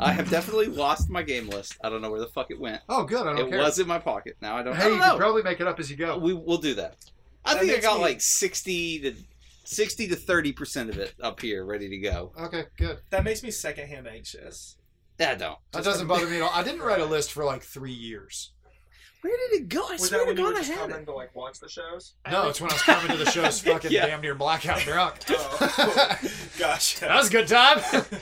I have definitely lost my game list. I don't know where the fuck it went. Oh, good. I don't It care. was in my pocket. Now I don't, I hey, don't you can know. probably make it up as you go. We we'll do that. I That think I makes got me- like sixty to sixty to thirty percent of it up here, ready to go. Okay, good. That makes me secondhand anxious. I don't. That doesn't bother me at all. I didn't write a list for like three years. Where did it go? I was swear that to when you God, were I just had coming it. to like watch the shows? No, it's when I was coming to the shows fucking Yeah. damn near blackout drunk. Oh, gosh. That was a good time.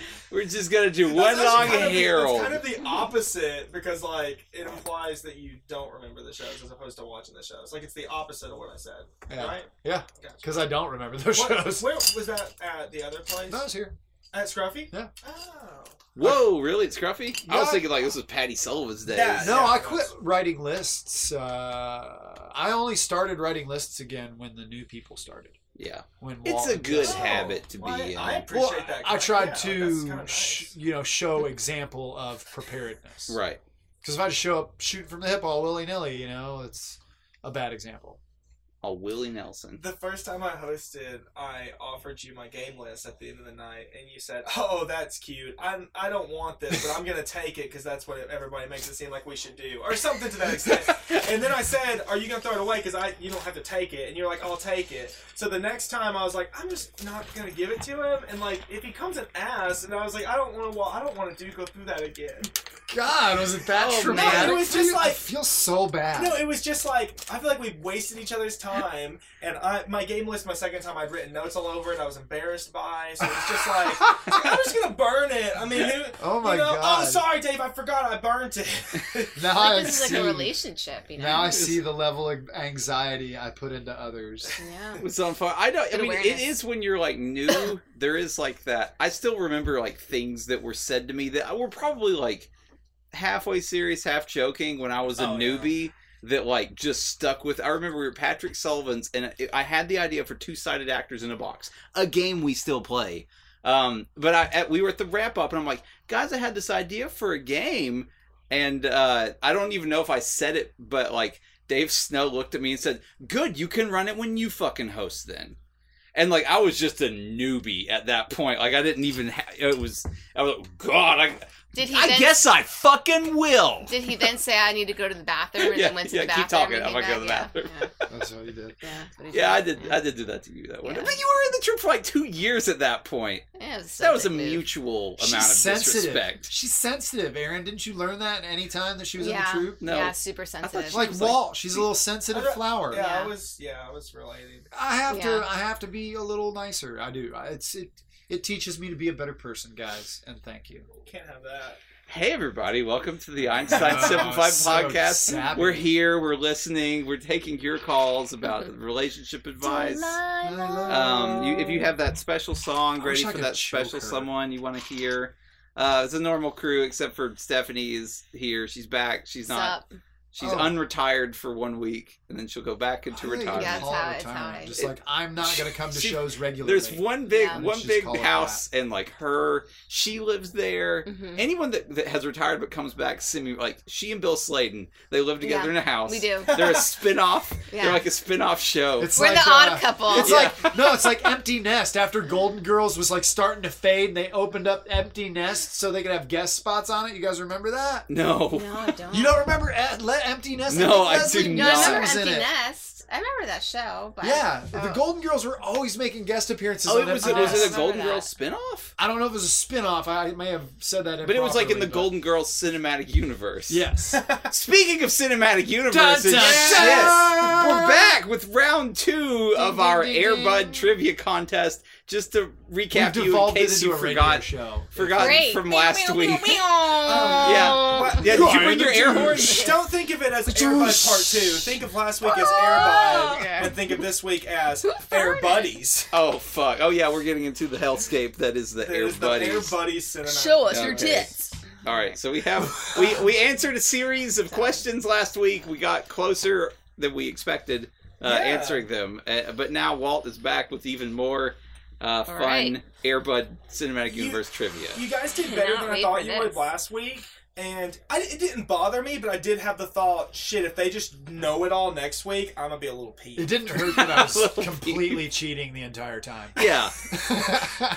We're just gonna do one long It's Harold. kind of the opposite because like it implies that you don't remember the shows as opposed to watching the shows. Like it's the opposite of what I said. yeah, Right? yeah, Gotcha. because I don't remember those What- shows. where was that at the other place? No, I was here. At Scruffy? Yeah. Oh. Whoa, really? It's Scruffy? I was Yeah. thinking like this was Patty Sullivan's days. Yeah, No, I it quit was. writing lists. Uh, I only started writing lists again when the new people started. Yeah. When It's Walt a and good Jesse- habit. to Oh. well, be, I, I uh, appreciate Well, that. I tried yeah, that's to, kinda nice. sh- you know, show example of preparedness. Right. Because if I just show up shooting from the hip all willy nilly, you know, it's a bad example. Oh, Willie Nelson. The first time I hosted, I offered you my game list at the end of the night, and you said, "Oh, that's cute. I'm I don't want this, but I'm gonna take it because that's what everybody makes it seem like we should do, or something to that extent." and then I said, "Are you gonna throw it away? Because I you don't have to take it." And you're like, "I'll take it." So the next time, I was like, "I'm just not gonna give it to him." And like, if he comes and asks, and I was like, "I don't want to. Well, I don't want to do go through that again." God, was it that Oh, traumatic? man. No, it was for just you? I like- feel so bad. No, it was just like I feel like we wasted each other's time, and I my game list my second time I'd written notes all over it. I was embarrassed by, so it was just like I'm just gonna burn it. I mean, who, oh my you know, god. oh sorry, Dave, I forgot I burnt it. Now Like, I this is see. like a relationship, you know. now I see the level of anxiety I put into others. Yeah. It's on fire. I don't. I Good mean, awareness. it is when you're like new. there is like that. I still remember like things that were said to me that were probably like halfway serious, half joking when I was a Oh, yeah. newbie. That like just stuck with. I remember we were Patrick Sullivan's, and it, I had the idea for two sided actors in a box, a game we still play. Um, but I at, we were at the wrap up, and I'm like, guys, I had this idea for a game, and uh, I don't even know if I said it, but like Dave Snow looked at me and said, "Good, you can run it when you fucking host then." And like I was just a newbie at that point. Like I didn't even ha- it was I was like, "God, I Did he I then guess I fucking will." did he then say I need to go to the bathroom and Yeah, then went to yeah, the keep bathroom? talking, and I'm came gonna go back? to the Yeah, That's what you did. yeah, yeah, that's what he Yeah, I did. I Yeah. did do that to you that one. Yeah. But you were in the trip for like two years at that point. Yeah, it was that was a subject move. mutual amount of disrespect. She's sensitive, Aaron. Didn't you learn that any time that she was Yeah. in the troop? No. Yeah, super she sensitive. Like was like- Walt, she's a little sensitive I don't- flower. yeah, Yeah. I was yeah, I was relating. I have Yeah. to I have to be a little nicer. I do. I- It's it it teaches me to be a better person, guys, and thank you. Can't have that. Hey everybody, welcome to the Einstein Oh, Simplified so podcast. savage. We're here, we're listening, we're taking your calls about relationship advice. Um, you, if you have that special song I ready wish I for could that choke special her. someone you want to hear, uh, it's a normal crew except for Stephanie is here. She's back. She's not. Sup? She's Oh. unretired for one week, and then she'll go back into I think retirement. it's Yeah, that's all how- it's retirement. how I- Just like I'm not gonna come to She- shows regularly. There's one big, Yeah. one Let's just big call it house, and like her, she lives there. Mhm. Anyone that, that has retired but comes back, semi like she and Bill Sladen, they live together Yeah, in a house. We do. They're a spin-off. Yeah. They're like a spin-off show. It's We're like, the odd uh, couple. It's Yeah. like no, it's like Empty Nest after Golden Girls was like starting to fade and they opened up Empty Nest so they could have guest spots on it. You guys remember that? no. no, I don't. You don't remember Ed, Let Empty Nest? No, think I do Leslie No, I not. Nielsen remember was in Empty it. Nest. I remember that show. But Yeah, the Oh. Golden Girls were always making guest appearances. Oh, it on was, Empty was Nest. it a Remember Golden that. Girls spin-off? I don't know if it was a spin-off. I may have said that, But it was like in the improperly, but- Golden Girls cinematic universe. Yes, Speaking of cinematic Dun, universes, dun, yes, dun! we're back with round two of ding, our ding, ding. Airbud trivia contest. Just to recap We've you in devolved it case into you a radio forgot Show. forgotten Great. from last Meow, meow, week. Um, meow, meow. Yeah. But- Yeah, did you bring Trying your to air do horn? shit. Don't think of it as But Air you- Bud Part Two. Think of last week as Oh, Air Bud, okay. and think of this week as Who Air farted? Buddies. Oh fuck! Oh yeah, we're getting into the hellscape that is the Air There's the Air Buddies. Buddies cinema. us your Okay. tits. All right, so we have we we answered a series of questions last week. We got closer than we expected uh, Yeah. answering them, uh, but now Walt is back with even more uh, All fun right. Airbud Cinematic You- Universe trivia. You guys did Cannot better than I wait thought for you would this. last week. And I, it didn't bother me, but I did have the thought, shit, if they just know it all next week, I'm gonna be a little It peeved. didn't hurt that I was Little completely cheating the entire time. Yeah.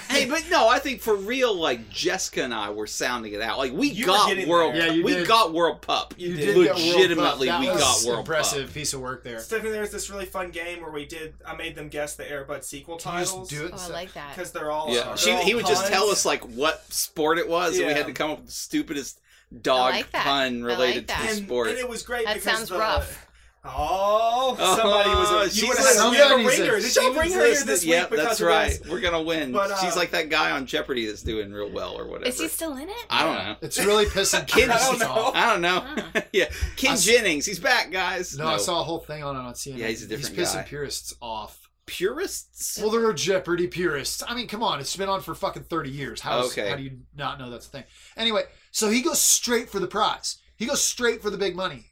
Hey, but no, I think for real, like Jessica and I were sounding it out. Like we You were got getting world, there. Yeah, you we did. got world pup. You get did. World Cup. Legitimately, That we was got World impressive piece of work there. Stephanie, there's this really fun game where we did. I made them guess the Airbud sequel Can you just titles do it? Oh, I like that. because they're all. Yeah, they're she all he would just puns. tell us like what sport it was, and we Yeah. had to come up with the stupidest dog I like that. pun I related like to the that. and, sport. and it was great. That because sounds the, rough. Oh, Oh, somebody was. A, she's you would like, have, we have a somebody's oh, a- ringer. Did y'all bring her here this week? Yep, because that's of right. this? We're gonna win. But, uh, She's like that guy on Jeopardy that's doing real well or whatever. Is he still in it? I don't know. It's really pissing kids I don't know. off. I don't know. yeah, Ken I s- Jennings, he's back, guys. No, I saw a whole thing on it on CNN. Yeah, he's a different He's pissing guy. purists off. purists. Well, there are Jeopardy purists. I mean, come on, it's been on for fucking thirty years. How, is- Okay. how do you not know that's a thing? Anyway, so he goes straight for the prize. He goes straight for the big money.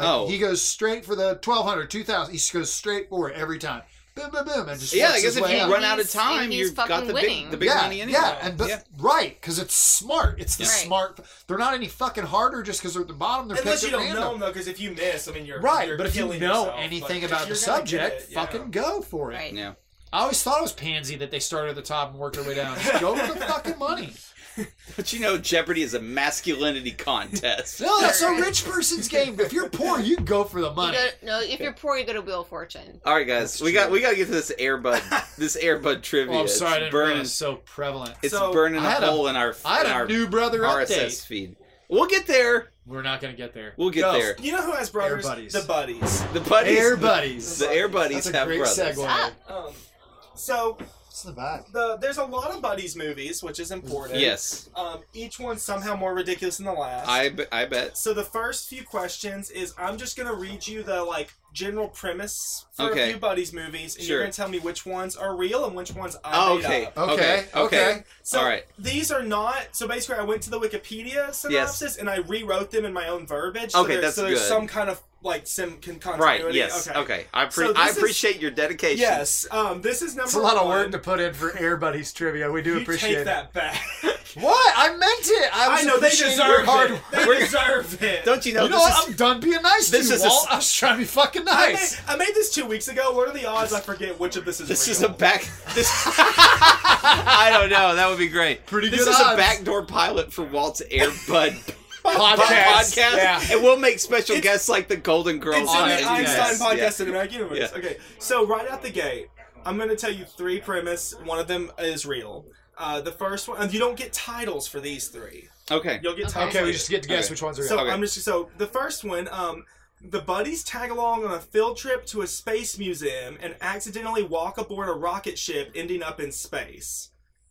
Oh. he goes straight for the 1200 2000 He just goes straight for it every time. Boom, boom, boom, and just Yeah, works I guess his if way you up. run out of He's- and time, he's you've got fucking the big winning. the big yeah, money anyway. yeah, and but Yeah. right because it's smart. It's the Yeah. Right. smart. They're not any fucking harder just because they're at the bottom. They're Unless you picked don't at know random. them though, because if you miss, I mean, you're Right, You're but if you know killing yourself. But anything if about the you're gonna get subject, it, yeah. fucking go for it. Right. Yeah. I always thought it was pansy that they started at the top and worked their way down. Just go for the fucking money. But you know, Jeopardy is a masculinity contest. No, that's a rich person's game. If you're poor, you go for the You money. go, no, if you're poor, you go to Wheel of Fortune. All right, guys, That's we got true. we got to get to this Airbud this Airbud trivia. Well, Oh, I'm sorry, I it's didn't realize burning. it's so prevalent. It's So, burning I a had a- hole in our I had in a our new brother RSS update. feed. We'll get there. We're not gonna get there. We'll get Go. there. You know who has brothers? Air buddies. The buddies. The buddies. Air buddies. The Air buddies That's a have great brothers. segue. Ah. Um, so It's the vibe. the there's a lot of buddies movies, which is important. Yes, Um, each one somehow more ridiculous than the last. I be- I bet. So the first few questions is I'm just gonna read you the like general premise for Okay. a few buddies movies, and Sure. you're gonna tell me which ones are real and which ones I Oh, made okay. up. Okay. Okay. Okay. Okay. So All right. these are not. So basically, I went to the Wikipedia synopsis and I rewrote them in my own verbiage. So Okay, there's, that's so there's good. some kind of like sim con- Right. continuity. Yes. Okay. I pre- So this I is- appreciate your dedication. Yes. Um. This is number. It's a lot of one. work to put in for Air Buddies trivia. We do You appreciate take it. that back. What? I meant it. I, was I know they appreciating deserve your hard it. work. They We're- deserve it. Don't you know? You know this what? is- I'm done being nice this to is you, a Walt. s- I was trying to be fucking I nice. made, I made this two weeks ago. What are the odds? I forget which of this is. This real. is a back. This I don't know. That would be great. Pretty This good is a odds. backdoor pilot for Walt's Airbud podcast. podcast, Yeah. and we'll make special It's- guests like the Golden Girls. It's on and on the it, everything Einstein else. podcast Yeah. in the Mac Universe. Yeah. Okay, so right out the gate, I'm going to tell you three premise. One of them is real. Uh, the first one, and you don't get titles for these three. Okay. You'll get Okay. titles. Okay, we later. just get to guess Okay. which ones are real. So Okay. I'm just so the first one. Um, the buddies tag along on a field trip to a space museum and accidentally walk aboard a rocket ship, ending up in space.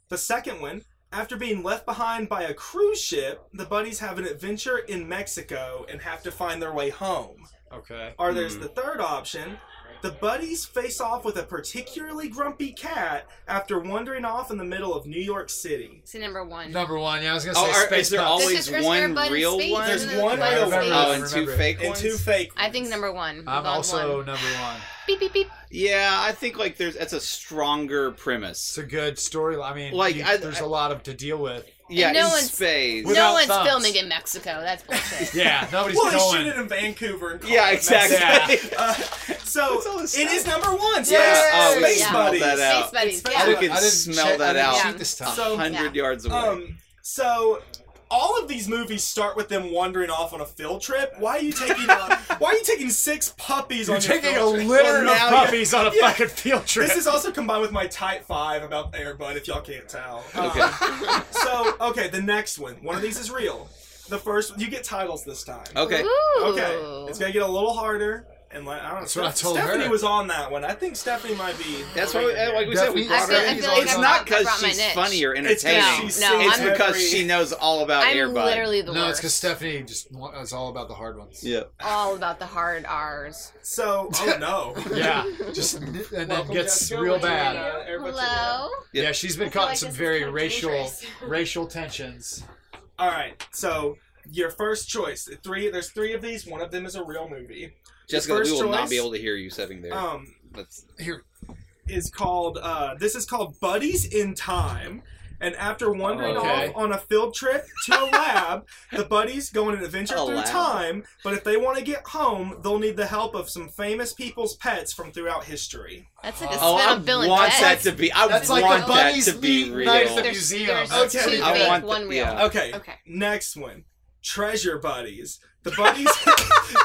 The second one. After being left behind by a cruise ship, the buddies have an adventure in Mexico and have to find their way home. okay. Or there's Hmm. the third option. The buddies face off with a particularly grumpy cat after wandering off in the middle of New York City. See number one. Number one. Yeah, I was gonna say Oh, are- space. is there Puffs. This always is Chris one Airbud in real space, one? There's isn't it? one Right, real I one. Oh, remember. and two Remember it. fake And ones. two fake. I think ones. number one. I'm Gone also one. number one. Beep beep beep. Yeah, I think like there's that's a stronger It's premise. a good story. I mean, Like, you- I- there's I- a lot of to deal with. Yeah, no in one's- space. Without no one's thumbs. filming in Mexico. That's bullshit. Yeah, nobody's Well, they shoot going. it in Vancouver. And call Yeah, it exactly. Yeah. Uh, so That's all this it is stuff. number one. Space, Yeah, oh, we space smelled buddies. that out. Space buddies. It's yeah. We I can smell check- that I didn't out. cheat this time. So- hundred yards away. Um, so all of these movies start with them wandering off on a field trip. Why are you taking? uh why are you taking six puppies You're on your taking a field trip? litter Well, of now- puppies on a Yeah. fucking field trip. This is also combined with my type five about the Airbud, if y'all can't tell. Um, Okay. so, okay, the next one. One of these is real. The first, you get titles this time. okay. Ooh. Okay, it's gonna get a little harder. And like, I don't know. That's what I told Stephanie her. was on that one. I think Stephanie might be. That's why, we, uh, like we said, we Definitely brought I feel- her I in. feel like it's I not brought- I because brought my she's niche. funny or It's 'cause entertaining. she No, it's I'm- because every- she knows all about I'm Airbud. literally the no, it's worst. because Stephanie just wa- it's all about the hard ones. yeah. All about the hard R's. So, oh no. Yeah, just and then Welcome, gets Jessica. real Welcome, bad. Jessica. Uh, everybody- Hello. Yeah. Yeah, she's been I feel caught in like some this is very kinda racial dangerous. racial tensions. All right. So your first choice. Three. There's three of these. One of them is a real movie. Jessica, first we will not choice- be able to hear you sitting there. Um, That's Here, is called. Uh, this is called Buddies in Time. And after wandering Okay. off on a field trip to a lab, the buddies go on an adventure A through lab. time. But if they want to get home, they'll need the help of some famous people's pets from throughout history. That's like a Oh, spin I on Bill and want Ted. that to be. I That's like want the that bunnies to be meet real. Night at the There's- museum. there's That's two pretty fake, I big. want one the, real. Yeah. Okay, Okay. next one: treasure buddies. The buddies,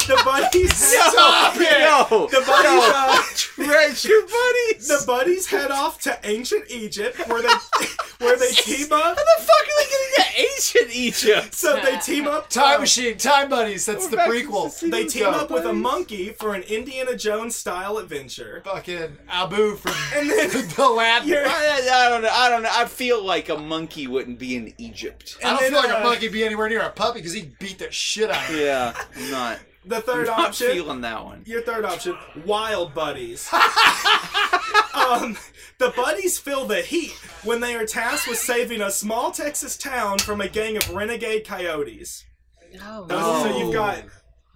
the buddies, Stop it! No, the buddies. uh, treasure buddies. The buddies head off to ancient Egypt, where they where they team up. How the fuck are they getting to ancient Egypt? So they team up. Time um, Machine, Time Buddies. That's the We're back to prequel. Sicily. They team up with a Buddies. monkey for an Indiana Jones style adventure. Fucking Abu from And then the lab. You're- I, I don't know. I don't know. I feel like a monkey wouldn't be in Egypt. I don't and feel then, like a uh, monkey be anywhere near a puppy because he'd beat the shit out of him. Yeah, I'm not. the third not option. feeling that one. Your third option, wild buddies. um, the buddies feel the heat when they are tasked with saving a small Texas town from a gang of renegade coyotes. Oh. Those- So you've got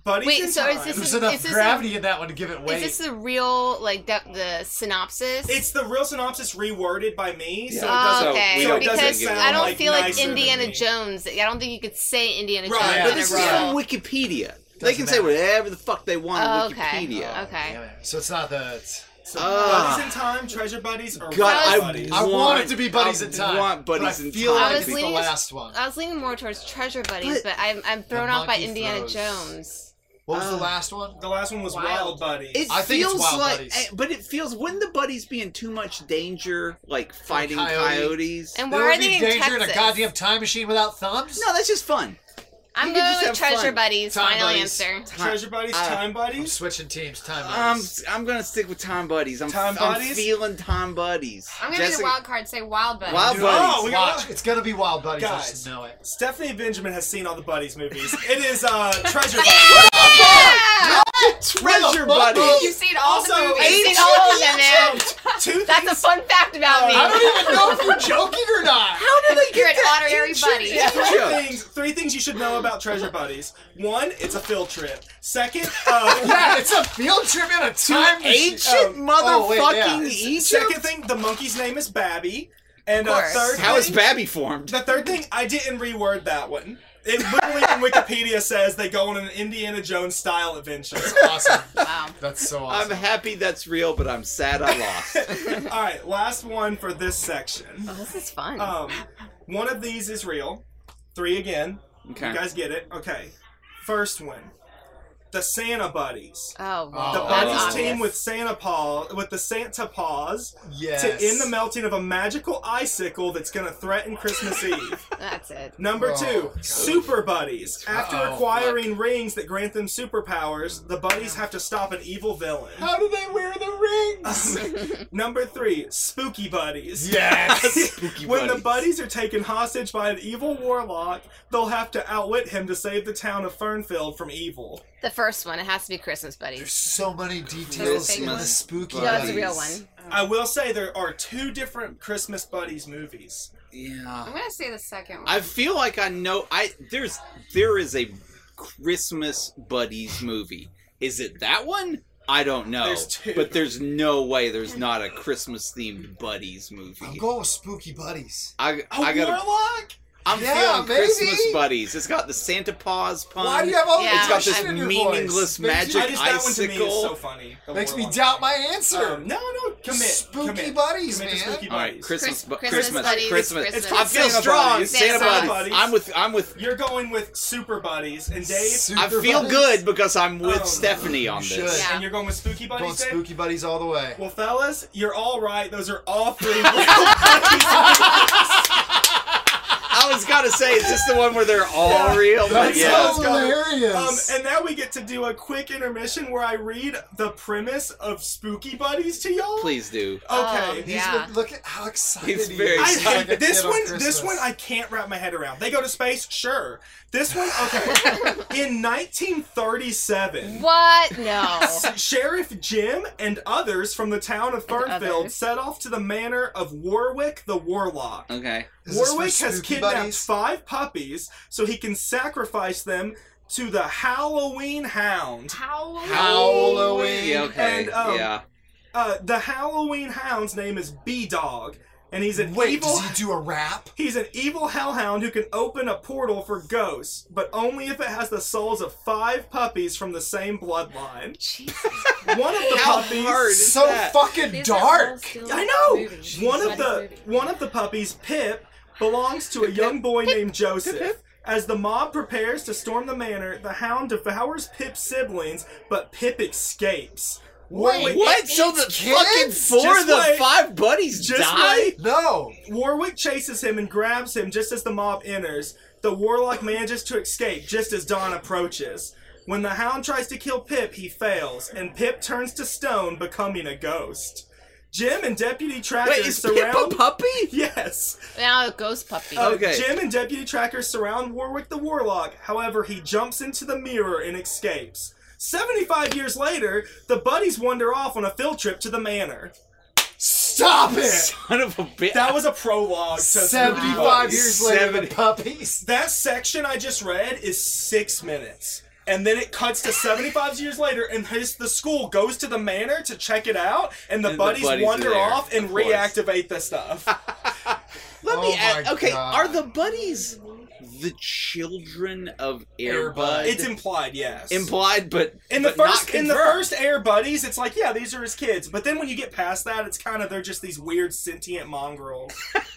buddies. Wait, in so is time. this There's Is- enough is this gravity in that one to give it weight. Is this the real like the, the synopsis? Oh, It's the real synopsis reworded by me, so Yeah. it doesn't- okay, so it doesn't because sound I don't like feel like nicer than Indiana me. Jones. I don't think you could say Indiana Right, Jones. but in a But this is real- from Wikipedia. they can say matter. whatever the fuck they want on Oh, okay. Wikipedia. Okay. Damn it. So it's not the. it's- doesn't. So Uh, Ah. buddies in time, treasure buddies, or God, wild I- buddies. I want, want- it to be buddies I in time. want but Buddies in I feel Time. I like was it's the leaning- last one. I was leaning more towards Treasure Buddies, But- but I'm I'm thrown off by monkey Indiana throws. Jones. What was the Uh, last one? The last one was Wild. wild, buddies. It I think it's feels Wild like, Buddies. eh, but it feels wouldn't the buddies be in too much danger, like fighting coyote. coyotes? And There why are would they be in danger Texas? in a goddamn time machine without thumbs? no, that's just fun. I'm You could going just with have Treasure fun. Buddies. Time final buddies. answer. treasure buddies, uh, time I'm buddies. switching teams. Time Um, buddies. I'm gonna stick with Tom Buddies. I'm, Time I'm Buddies? feeling Tom Buddies. I'm gonna be Jessica- the wild card. Say Wild Buddies. Wild Buddies. Oh, we got- Watch, it's gonna be Wild Buddies. I Guys. just know it. Stephanie Benjamin has seen all the buddies movies. it is uh, treasure buddies. Yeah! Treasure What the fuck? Buddies. You've seen all Also, the movies. You've ancient seen all of them, man. Two That's a things- fun fact about me. I don't even know if you're joking or not. How did they You're get an that honorary ancient buddy. Egypt? Three things, three things you should know about Treasure Buddies. One, it's a field trip. Second, uh, Yeah, it's a field trip in a time machine. Ancient oh, wait, yeah. motherfucking Egypt. second thing, the monkey's name is Babby. And Of uh, course. third, How is thing- Babby formed? The third thing, I didn't reword that one. It literally on Wikipedia says they go on an Indiana Jones style adventure. Awesome. Wow. That's so I'm awesome. happy that's real, but I'm sad I lost. All right, last one for this section. Oh, this is fun. Um, one of these is real. Three again. okay. You guys get it? Okay. First one, the Santa buddies. oh, Oh, well, The Oh, that's buddies obvious. team with Santa Paul with the Santa paws yes. to end the melting of a magical icicle that's gonna threaten Christmas Eve. That's it. Number Oh, two, God. super buddies. After Uh-oh, acquiring rings that grant them superpowers, the buddies have to stop an evil villain. How do they wear the rings? Number three, spooky buddies. yes. Spooky When the buddies. buddies are taken hostage by an evil warlock, they'll have to outwit him to save the town of Fernfield from evil. The first one. It has to be Christmas There's Buddies. so many details fake in the one? spooky. No, No, it's a buddies. real one. I will say there are two different Christmas buddies movies. Yeah. Oh. gonna say the second one. I feel like I know. I there's there is a Christmas buddies movie. Is it that one? I don't know. There's two. But there's no way there's not a Christmas themed buddies movie. I'm going with spooky buddies. I, A I gotta warlock? I'm Yeah, feeling maybe. Christmas buddies. It's got the Santa Paws pun. Why do you have all Yeah. yeah. It's got this meaningless magic- I just that one to me is so Icicle. funny. The Makes me warlock doubt thing. my answer. Um, no, no, commit. Spooky commit. buddies, commit to man. Spooky all right, buddies. Christmas, bu- Christmas Christmas, buddies, Christmas. Christmas. It's I called feel Santa strong. buddies. Santa, Santa buddies. buddies. I'm with. I'm with. You're going with super buddies and Dave, Super I feel buddies. good because I'm with Oh, Stephanie on should. this. Yeah. and you're going with spooky Going buddies. Dave? spooky buddies all the way. Well, fellas, you're all right. Those are all three real Um, buddies. I was gonna say, is this the one where they're all real? But That's Let's yeah. go. Um, hilarious. and now we get to do a quick intermission where I read the premise of Spooky Buddies to y'all. Please do. Okay. Oh, He's Yeah. been- look at how excited He's he very is. I excited. Like a hate this kid on one. Christmas. This one I can't wrap my head around. They go to space, sure. This one, okay. In 1937, What? No. Sheriff Jim and others from the town of Fernfield others. set off to the manor of Warwick the Warlock. Okay. Is this for Warwick has spooky kidnapped buddies? five puppies so he can sacrifice them to the Halloween Hound. Halloween. Yeah, okay. And, um, yeah. Uh, the Halloween Hound's name is B Dog, and he's an Wait, evil. does he do a rap? He's an evil hellhound who can open a portal for ghosts, but only if it has the souls of five puppies from the same bloodline. Jesus. One of the How puppies. hard is So that? fucking These are all dark. still I know. movies. One of What the is movie? one of the puppies, Pip, belongs to a young boy named Joseph. As the mob prepares to storm the manor, the hound devours Pip's siblings, but Pip escapes. Warwick, Wait, What? So the It's fucking kids? four Just of the wait. five buddies Just die? wait. No. Warwick chases him and grabs him just as the mob enters. The warlock manages to escape just as dawn approaches. When the hound tries to kill Pip, he fails, and Pip turns to stone, becoming a ghost. Jim and Deputy Tracker Wait, is Pip surround. a puppy? yes. Now a ghost puppy. Oh. Uh, Okay. Jim and Deputy Tracker surround Warwick the Warlock. However, he jumps into the mirror and escapes. 75 years later, the buddies wander off on a field trip to the manor. Stop it. Son of a bitch. That was a prologue. To Seventy-five years later, the Seventy. puppies. That section I just read is six minutes. And then it cuts to 75 years later, and his, the school goes to the manor to check it out, and the And the buddies, buddies are wander there, off and of course. reactivate the stuff. Let Oh me add. my Okay, God. are the buddies the children of Air Airbud? Bud. it's implied, yes. implied, but In the but not first in the confirmed. first Air Buddies, it's like, yeah, these are his kids. But then when you get past that, it's kind of they're just these weird sentient mongrels.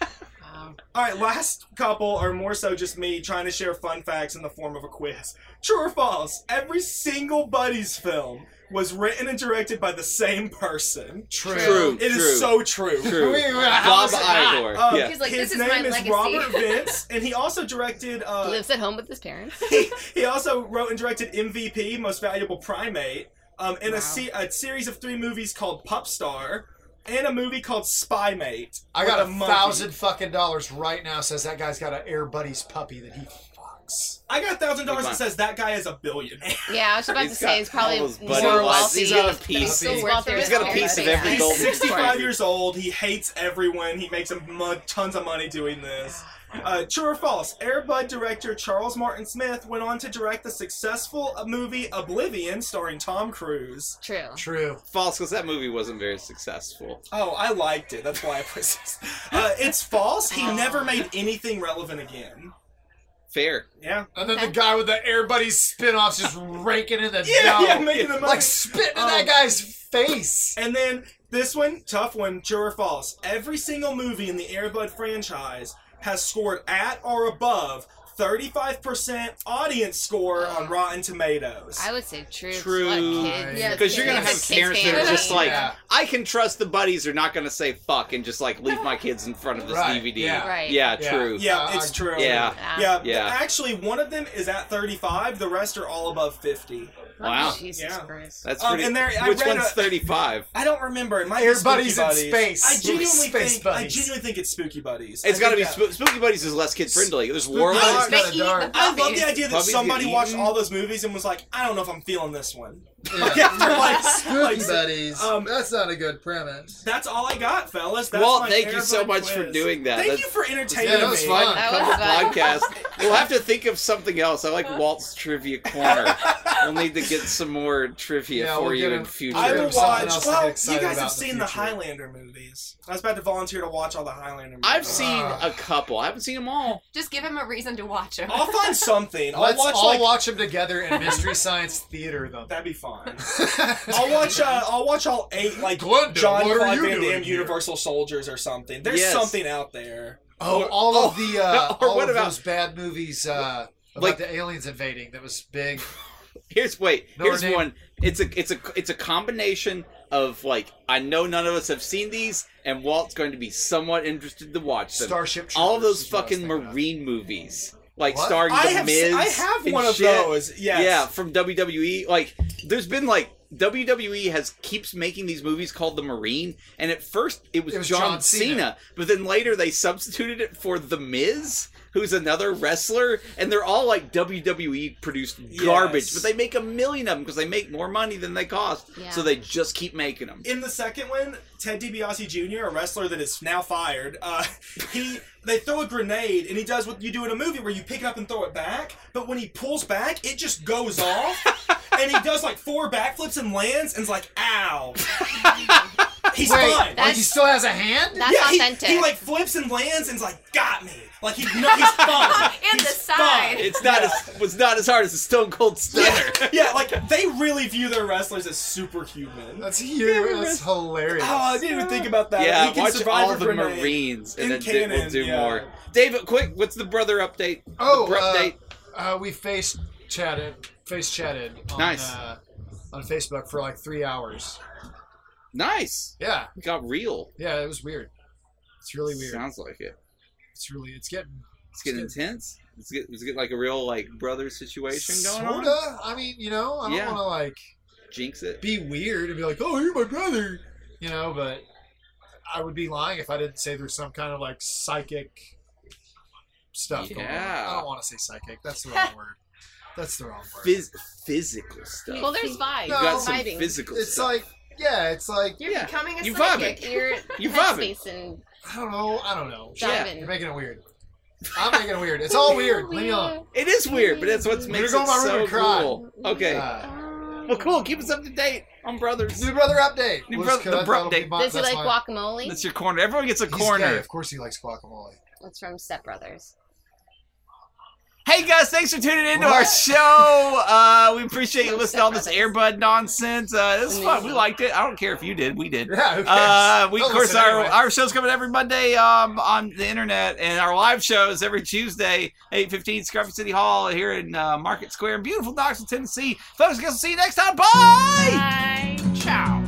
Wow. All right, last couple are more so just me trying to share fun facts in the form of a quiz. True or false? Every single Buddies film was written and directed by the same person. True. It is so true. True. Wait, wait, how Bob is it not? Igor. Um, yeah. He's like, His this is name my is legacy. Robert Vince, and he also directed. Uh, Lives at home with his parents. he, he also wrote and directed MVP, Most Valuable Primate, um, and Wow. a, se- a series of three movies called Pup Star, and a movie called Spy Mate. I got with a monkey. thousand fucking dollars right now. Says that guy's got an Air Buddies puppy that he fucks. I got a thousand dollars Like that says that guy is a billionaire. Yeah, I was about He's to got say he's all probably those buddy lights. more wealthy. He's got a than- piece. he's wealthy He's got a than piece of everybody every else. He's golden- sixty-five years old. He hates everyone. He makes a mug, tons of money doing this. Uh, true or false? Airbud director Charles Martin Smith went on to direct the successful uh, movie Oblivion, starring Tom Cruise. True. True. false because that movie wasn't very successful. Oh, I liked it. That's why I put six. Uh, it's false. He Oh. never made anything relevant again. Fair. Yeah. And then the guy with the Air Buddies spin-offs just raking in the Yeah, dough. yeah, making the money. like spitting in Um, that guy's face. and then this one, tough one, true or false. Every single movie in the Airbud franchise has scored at or above 35% audience score on Rotten Tomatoes. I would say true. True. True. Kids. Yeah, Because you're gonna It's a have kid's parents that are family. just like, Yeah. I can trust the buddies are not gonna say fuck and just like leave my kids in front of this Right, DVD. yeah. Right. Yeah, Yeah. true. yeah, Uh, it's true. Yeah. Ah. Yeah, Yeah. actually, one of them is at 35. The rest are all above 50. Oh, Wow. Jesus Yeah. Christ. That's Um, pretty. and there- I which read one's a- thirty-five? I don't remember. It might Air be Spooky Buddies in space. I genuinely Space think buddies. I genuinely think it's Spooky Buddies. It's I got to be think that- Sp- Spooky Buddies is less kid friendly. There's Spooky warlocks. Buddies- They kinda eat dark. the I love puppies. the idea that Puppies get somebody watched eaten. all those movies and was like, I don't know if I'm feeling this one. Yeah. After like, like, Spooky buddies. um, That's not a good premise. that's all I got, fellas. That's Walt, my thank you so Airbud much for quiz. doing that. Thank That's- you for entertaining Yeah, that was me. fun. That Come was to fun. podcast. We'll have to think of something else. I like Walt's trivia corner. We'll need to get some more trivia Yeah, for we'll you get in him- future. I will Sure. Something watch. else to Well, get you excited guys have about in the seen the, future. Highlander movies. I was about to volunteer to watch all the Highlander movies. I've seen a Uh. Ah. couple. I haven't seen them all. Just give him a reason to watch him. I'll find something. I'll Let's watch all like watch them together in Mystery Science Theater, though. that'd be fun. I'll watch. Uh, I'll watch all eight like Glenda, John what are Claude you Van doing Damme here? Universal Soldiers or something. There's Yes. something out there. Oh, Or- all of the uh, or all what of about- those bad movies uh, about Like- the aliens invading that was big. Here's wait. No, here's her name- one. It's a it's a it's a combination of like I know none of us have seen these, and Walt's going to be somewhat interested to watch them. Starship. Troopers all those is what I was fucking thinking of. marine movies, like What? starring I the have. Miz. se- I have and one of shit. those. Yes. Yeah, from WWE. Like, there's been like WWE has keeps making these movies called The Marine, and at first it was, It was John, John Cena. Cena. but then later they substituted it for The Miz, who's another wrestler, and they're all like WWE produced garbage, Yes. but they make a million of them because they make more money than they cost, Yeah. so they just keep making them. In the second one, Ted DiBiase Jr., a wrestler that is now fired, uh, he they throw a grenade and he does what you do in a movie where you pick it up and throw it back. But when he pulls back, it just goes off, and he does like four backflips and lands and's like, "Ow!" He's Wait, fine. that- Like he still has a hand? That's yeah, he- authentic. He, like flips and lands and's like, got me. Like he, no, he's fine. In the He's side. fine. It's not as it's not as hard as a Stone Cold Stunner. Yeah, yeah, like they really view their wrestlers as superhuman. That's huge. That's hilarious. Oh, I didn't even think about that. Yeah, he can watch survive all a the grenade. Marines, and In then d- we'll canon, do yeah. more. David, quick, what's the brother update? Oh, the bro- uh, update. Uh, we face chatted, face chatted on, Nice. uh, on Facebook for like three hours. Nice. Yeah, It got real. yeah, it was weird. It's really weird. Sounds like it. It's really, it's getting It's getting intense. It's get, it's get like a real like brother situation going sorta. on. I mean, you know, I don't Yeah. want to like Jinx it. be weird and be like, "Oh, you're my brother," you know, but I would be lying if I didn't say there's some kind of like psychic stuff going on. Yeah. I don't want to say psychic. That's the wrong word. That's the wrong word. Phys- physical stuff. Well, there's vibes. you got No. some vibing. physical it's stuff. like, yeah, it's like You're Yeah. becoming a You psychic. vibing. Your You're vibing. headspace and I don't know. I don't know. Yeah. You're diving. making it weird. I'm making it weird. It's all weird. Leave me alone. It is weird, but that's what We're makes gonna it go in my room so and cry. cool. Okay. Uh, well, cool. Keep us up to date on brothers. new brother update. New Was- brother- could the I- bro that'll be update. my- Does he that's like my- guacamole? That's your corner. Everyone gets a He's gay. corner. Of course, he likes guacamole. That's from Step Brothers. Hey guys, thanks for tuning into our What? show. Uh, we appreciate you listening to all this Airbud nonsense. Uh, this is fun. We liked it. I don't care if you did. We did. Yeah. Who cares? Uh, we, of Don't course, listen our, anyway. our show's coming every Monday um, on the internet, and our live shows every Tuesday, 8.15, Scruffy City Hall here in uh, Market Square in beautiful Knoxville, Tennessee. Folks, guys, we'll see you next time. Bye! Bye. Ciao.